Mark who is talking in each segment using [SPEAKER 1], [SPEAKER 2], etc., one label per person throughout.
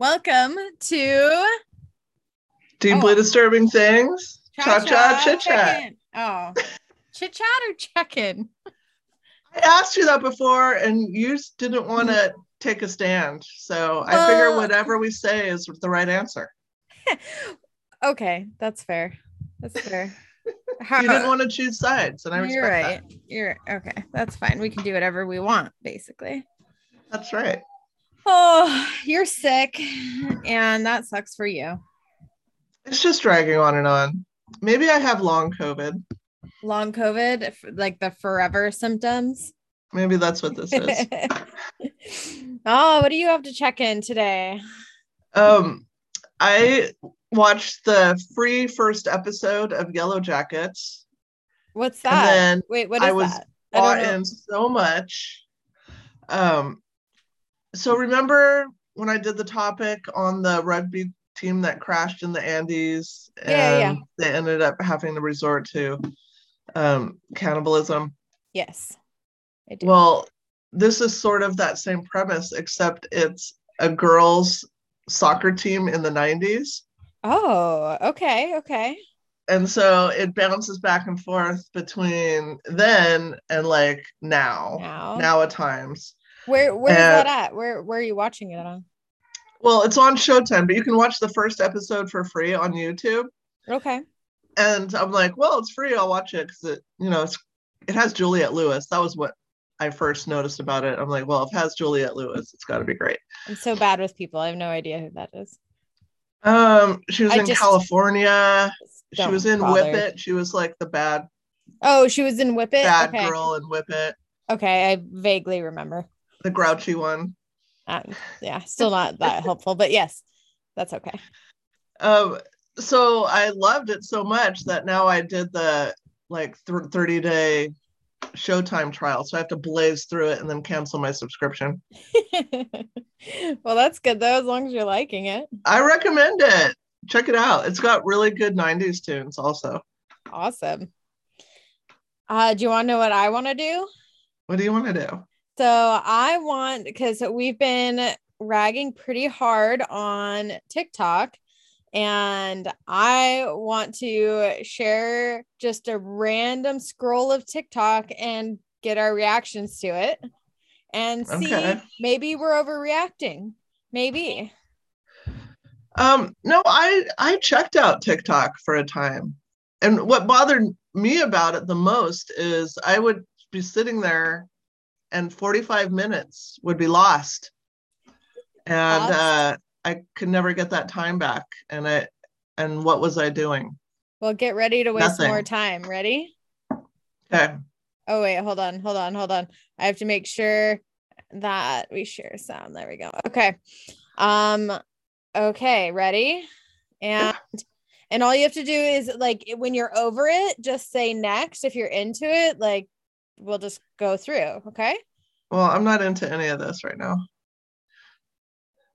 [SPEAKER 1] Welcome to
[SPEAKER 2] Deeply
[SPEAKER 1] Oh.
[SPEAKER 2] disturbing things. Cha cha cha cha.
[SPEAKER 1] Chicken. Oh, chit chat or check-in?
[SPEAKER 2] I asked you that before, and you s- didn't want to take a stand. So I
[SPEAKER 1] Hmm. Well-
[SPEAKER 2] figure whatever we say is the right answer.
[SPEAKER 1] Okay, that's fair. That's fair.
[SPEAKER 2] You didn't want to choose sides, and I respect
[SPEAKER 1] You're right.
[SPEAKER 2] that.
[SPEAKER 1] You're okay. That's fine. We can do whatever we want, basically.
[SPEAKER 2] That's right.
[SPEAKER 1] Oh, you're sick, and that sucks for you.
[SPEAKER 2] It's just dragging on and on. Maybe I have long COVID.
[SPEAKER 1] Long COVID, f- like the forever symptoms.
[SPEAKER 2] Maybe that's what this is.
[SPEAKER 1] oh, what do you have to check in today?
[SPEAKER 2] um, I watched the free first episode of Yellow Jackets.
[SPEAKER 1] What's
[SPEAKER 2] And
[SPEAKER 1] that?
[SPEAKER 2] then
[SPEAKER 1] Wait, what is
[SPEAKER 2] I was
[SPEAKER 1] that? I don't
[SPEAKER 2] bought
[SPEAKER 1] know.
[SPEAKER 2] in so much. Um, so remember when I did the topic on the rugby team that crashed in the Andes and
[SPEAKER 1] Yeah, yeah.
[SPEAKER 2] they ended up having to resort to um, cannibalism?
[SPEAKER 1] Yes. I do.
[SPEAKER 2] Well, this is sort of that same premise, except it's a girls' soccer team in the 90s.
[SPEAKER 1] oh, okay, okay.
[SPEAKER 2] And so it bounces back and forth between then and like now,
[SPEAKER 1] Now,
[SPEAKER 2] now at times.
[SPEAKER 1] where where is
[SPEAKER 2] uh,
[SPEAKER 1] that at? Where where are you watching it on?
[SPEAKER 2] Well, it's on Showtime, but you can watch the first episode for free on YouTube.
[SPEAKER 1] Okay.
[SPEAKER 2] And I'm like, well, it's free. I'll watch it because it, you know, it's it has Juliette Lewis. That was what I first noticed about it. I'm like, well, if it has Juliette Lewis, it's got to be great.
[SPEAKER 1] I'm so bad with people. I have no idea who that is.
[SPEAKER 2] Um, she was
[SPEAKER 1] I
[SPEAKER 2] in
[SPEAKER 1] just-
[SPEAKER 2] California.
[SPEAKER 1] Just
[SPEAKER 2] she
[SPEAKER 1] don't
[SPEAKER 2] was in
[SPEAKER 1] bother.
[SPEAKER 2] Whip It. She was like the bad
[SPEAKER 1] Oh, she was in Whip It.
[SPEAKER 2] bad
[SPEAKER 1] okay.
[SPEAKER 2] girl in Whip It,
[SPEAKER 1] Okay, I vaguely remember.
[SPEAKER 2] the grouchy one.
[SPEAKER 1] Um, yeah, still not that helpful, but yes, that's okay.
[SPEAKER 2] Um, so I loved it so much that now I did the like th- 30 day Showtime trial. So I have to blaze through it and then cancel my subscription.
[SPEAKER 1] well, that's good though, as long as you're liking it.
[SPEAKER 2] I recommend it. Check it out. It's got really good 90s tunes also.
[SPEAKER 1] Awesome. Uh, do you want to know what I want to do?
[SPEAKER 2] What do you want to do?
[SPEAKER 1] So I want because we've been ragging pretty hard on TikTok, and I want to share just a random scroll of TikTok and get our reactions to it and see
[SPEAKER 2] Okay.
[SPEAKER 1] maybe we're overreacting. Maybe.
[SPEAKER 2] Um, no, I I checked out TikTok for a time. And what bothered me about it the most is I would be sitting there and 45 minutes would be lost. And
[SPEAKER 1] Lost?
[SPEAKER 2] uh I could never get that time back. And I and what was I doing?
[SPEAKER 1] Well, get ready to waste
[SPEAKER 2] Nothing.
[SPEAKER 1] more time. Ready?
[SPEAKER 2] Okay.
[SPEAKER 1] Oh wait, hold on, hold on, hold on. I have to make sure that we share sound. There we go. Okay. Um okay, ready? And and all you have to do is like when you're over it, just say next. If you're into it, like we'll just go through, okay?
[SPEAKER 2] Well, I'm not into any of this right now.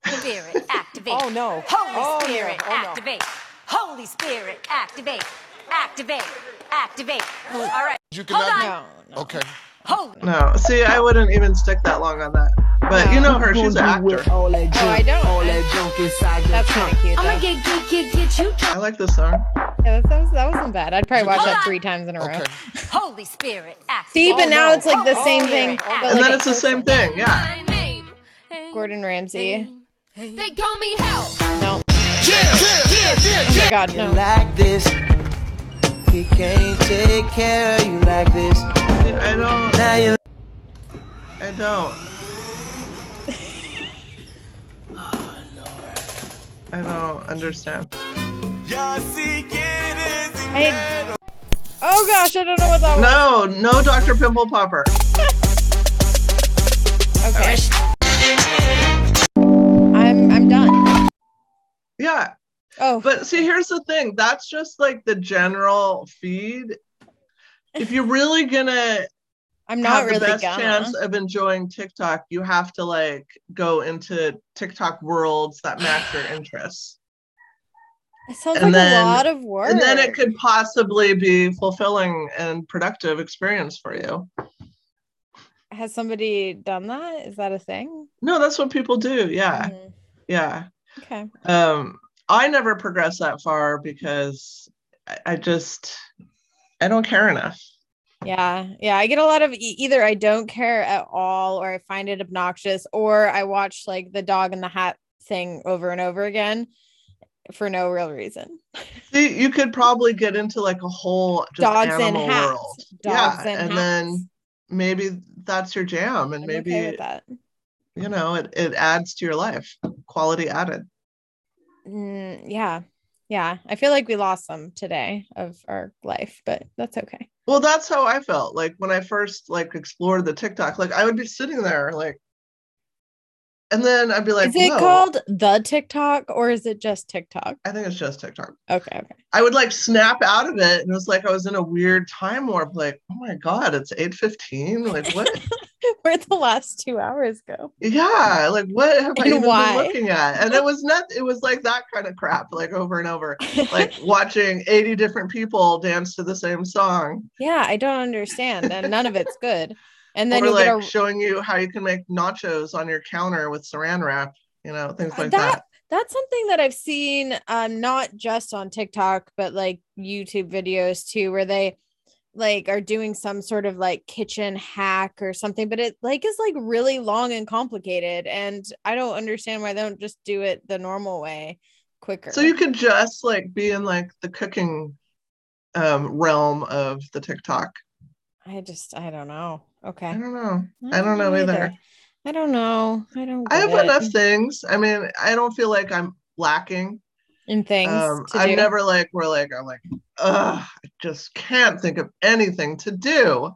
[SPEAKER 3] Spirit activate.
[SPEAKER 4] Oh no.
[SPEAKER 3] Holy
[SPEAKER 4] oh, no.
[SPEAKER 3] Spirit
[SPEAKER 4] Oh, no.
[SPEAKER 3] activate. Holy Spirit activate. Activate. Activate. All right.
[SPEAKER 5] You
[SPEAKER 3] Hold
[SPEAKER 5] cannot.
[SPEAKER 1] No, no.
[SPEAKER 5] Okay.
[SPEAKER 3] Holy.
[SPEAKER 2] No. See, I wouldn't even stick that long on that. But you know her, she's an actor.
[SPEAKER 4] All that
[SPEAKER 1] Oh, I don't.
[SPEAKER 4] All that junk inside your
[SPEAKER 1] That's kind of cute. Though.
[SPEAKER 3] I'm gonna get, get, get, get you.
[SPEAKER 2] I like this song.
[SPEAKER 1] Yeah, that, was, that wasn't bad. I'd probably watch
[SPEAKER 3] Hold
[SPEAKER 1] that
[SPEAKER 3] on.
[SPEAKER 1] three times in a row.
[SPEAKER 5] Okay.
[SPEAKER 3] Holy Spirit activate.
[SPEAKER 1] See, but
[SPEAKER 4] Oh,
[SPEAKER 1] now
[SPEAKER 4] no.
[SPEAKER 1] it's like the
[SPEAKER 4] Oh,
[SPEAKER 1] same
[SPEAKER 4] yeah.
[SPEAKER 1] thing.
[SPEAKER 4] Oh,
[SPEAKER 1] But
[SPEAKER 2] And
[SPEAKER 1] like
[SPEAKER 2] then
[SPEAKER 1] a
[SPEAKER 2] it's the
[SPEAKER 1] person.
[SPEAKER 2] same thing. Yeah.
[SPEAKER 6] my name. Hey,
[SPEAKER 1] Gordon Ramsay.
[SPEAKER 6] They call me help.
[SPEAKER 1] No.
[SPEAKER 5] Yeah, yeah, yeah, yeah,
[SPEAKER 1] Oh my god,
[SPEAKER 4] You
[SPEAKER 1] no.
[SPEAKER 4] like this. He can't take care of you like this.
[SPEAKER 2] I don't.
[SPEAKER 4] Now you
[SPEAKER 2] I don't. I don't understand.
[SPEAKER 1] I, oh gosh, I don't know what that was.
[SPEAKER 2] No, no, Dr. Pimple Popper.
[SPEAKER 1] Okay. I'm I'm done.
[SPEAKER 2] Yeah,
[SPEAKER 1] Oh,
[SPEAKER 2] but see, here's the thing. That's just like the general feed. If you're really gonna
[SPEAKER 1] I'm not
[SPEAKER 2] have the
[SPEAKER 1] really
[SPEAKER 2] best
[SPEAKER 1] gonna.
[SPEAKER 2] chance of enjoying TikTok, you have to like go into TikTok worlds that match your interests,
[SPEAKER 1] It sounds
[SPEAKER 2] and
[SPEAKER 1] like
[SPEAKER 2] then-
[SPEAKER 1] a lot of work.
[SPEAKER 2] and then it could possibly be fulfilling and productive experience for you.
[SPEAKER 1] Has somebody done that? Is that a thing?
[SPEAKER 2] No, that's what people do. Yeah.
[SPEAKER 1] Mhm.
[SPEAKER 2] Yeah.
[SPEAKER 1] Okay.
[SPEAKER 2] um i never progressed that far because I, I just i don't care enough
[SPEAKER 1] Yeah. Yeah. I get a lot of e- either I don't care at all or I find it obnoxious or I watch like the dog in the hat thing over and over again for no real reason.
[SPEAKER 2] See, you could probably get into like a whole just
[SPEAKER 1] Dogs in
[SPEAKER 2] animal
[SPEAKER 1] hats.
[SPEAKER 2] world
[SPEAKER 1] Dogs
[SPEAKER 2] yeah
[SPEAKER 1] in
[SPEAKER 2] and
[SPEAKER 1] hats.
[SPEAKER 2] then maybe that's your jam and
[SPEAKER 1] I'm
[SPEAKER 2] maybe
[SPEAKER 1] okay with that.
[SPEAKER 2] you know it, it adds to your life quality added
[SPEAKER 1] Mm, yeah. Yeah. I feel like we lost some today of our life, but that's okay.
[SPEAKER 2] well that's how i felt like when i first like explored the tiktok like i would be sitting there like and then i'd be like
[SPEAKER 1] is it
[SPEAKER 2] "Whoa."
[SPEAKER 1] called the TikTok or is it just TikTok?
[SPEAKER 2] i think it's just tiktok
[SPEAKER 1] Okay. Okay.
[SPEAKER 2] I would like snap out of it, and it was like I was in a weird time warp. Like, oh my god, it's eight fifteen. Like, what?
[SPEAKER 1] Where'd the last two hours go?
[SPEAKER 2] yeah, like what have I
[SPEAKER 1] And
[SPEAKER 2] even been
[SPEAKER 1] why?
[SPEAKER 2] looking at? And it was not. It was like that kind of crap, like over and over, like watching eighty different people dance to the same song,
[SPEAKER 1] Yeah, I don't understand. And none of it's good. And then
[SPEAKER 2] or
[SPEAKER 1] you
[SPEAKER 2] like
[SPEAKER 1] get a
[SPEAKER 2] showing you how you can make nachos on your counter with Saran wrap. You know, things like
[SPEAKER 1] Uh, that-
[SPEAKER 2] that.
[SPEAKER 1] that's something that I've seen um not just on TikTok but like YouTube videos too where they like are doing some sort of like kitchen hack or something but it like is like really long and complicated and I don't understand why they don't just do it the normal way quicker.
[SPEAKER 2] So you could just like be in like the cooking um, realm of the TikTok.
[SPEAKER 1] I just I don't know. Okay.
[SPEAKER 2] I don't know. I don't know either.
[SPEAKER 1] I don't know. I don't
[SPEAKER 2] I have
[SPEAKER 1] get it.
[SPEAKER 2] enough things. I mean, I don't feel like I'm lacking.
[SPEAKER 1] in things
[SPEAKER 2] Um,
[SPEAKER 1] to
[SPEAKER 2] I'm
[SPEAKER 1] do.
[SPEAKER 2] never like we're like I'm like, ugh, I just can't think of anything to do.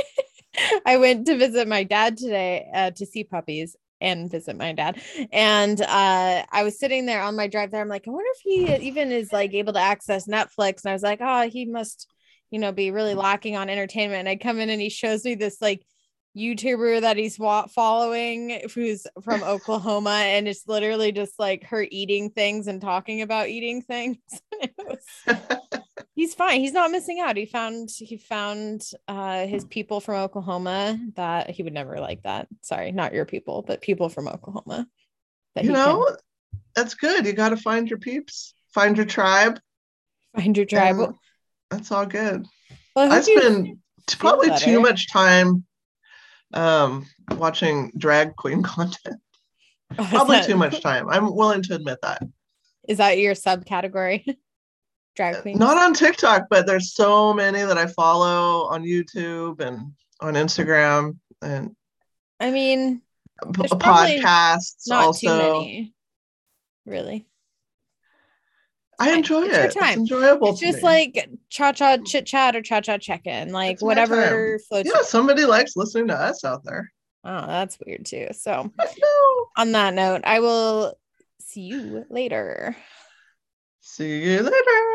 [SPEAKER 1] I went to visit my dad today uh, to see puppies and visit my dad. And uh, I was sitting there on my drive there. I'm like, I wonder if he even is like able to access Netflix. And I was like, oh, he must, you know, be really lacking on entertainment. And I come in and he shows me this like YouTuber that he's wa- following who's from Oklahoma. And it's literally just like her eating things and talking about eating things. It was he's fine he's not missing out he found he found uh his people from oklahoma that he would never like that sorry not your people but people from oklahoma that
[SPEAKER 2] you
[SPEAKER 1] he can
[SPEAKER 2] know, that's good. You got to find your peeps, find your tribe.
[SPEAKER 1] find your tribe
[SPEAKER 2] and That's all good.
[SPEAKER 1] well,
[SPEAKER 2] I
[SPEAKER 1] hope you-
[SPEAKER 2] spend t- probably
[SPEAKER 1] better.
[SPEAKER 2] too much time um watching drag queen content
[SPEAKER 1] Oh, is
[SPEAKER 2] probably
[SPEAKER 1] that-
[SPEAKER 2] too much time i'm willing to admit that
[SPEAKER 1] is that your subcategory drag queen
[SPEAKER 2] Uh, not on TikTok, but there's so many that I follow on YouTube and on Instagram and
[SPEAKER 1] i mean
[SPEAKER 2] p-
[SPEAKER 1] There's probably
[SPEAKER 2] podcasts.
[SPEAKER 1] not too
[SPEAKER 2] Also,
[SPEAKER 1] many really
[SPEAKER 2] I
[SPEAKER 1] fine.
[SPEAKER 2] enjoy
[SPEAKER 1] It's
[SPEAKER 2] it.
[SPEAKER 1] your time.
[SPEAKER 2] It's enjoyable.
[SPEAKER 1] it's
[SPEAKER 2] to
[SPEAKER 1] just
[SPEAKER 2] me.
[SPEAKER 1] like cha-cha chit-chat or cha-cha check-in like
[SPEAKER 2] It's my
[SPEAKER 1] whatever floats
[SPEAKER 2] yeah,
[SPEAKER 1] your-
[SPEAKER 2] somebody likes listening to us out there.
[SPEAKER 1] oh that's weird too so
[SPEAKER 2] Hello.
[SPEAKER 1] on that note i will see you later
[SPEAKER 2] See you later.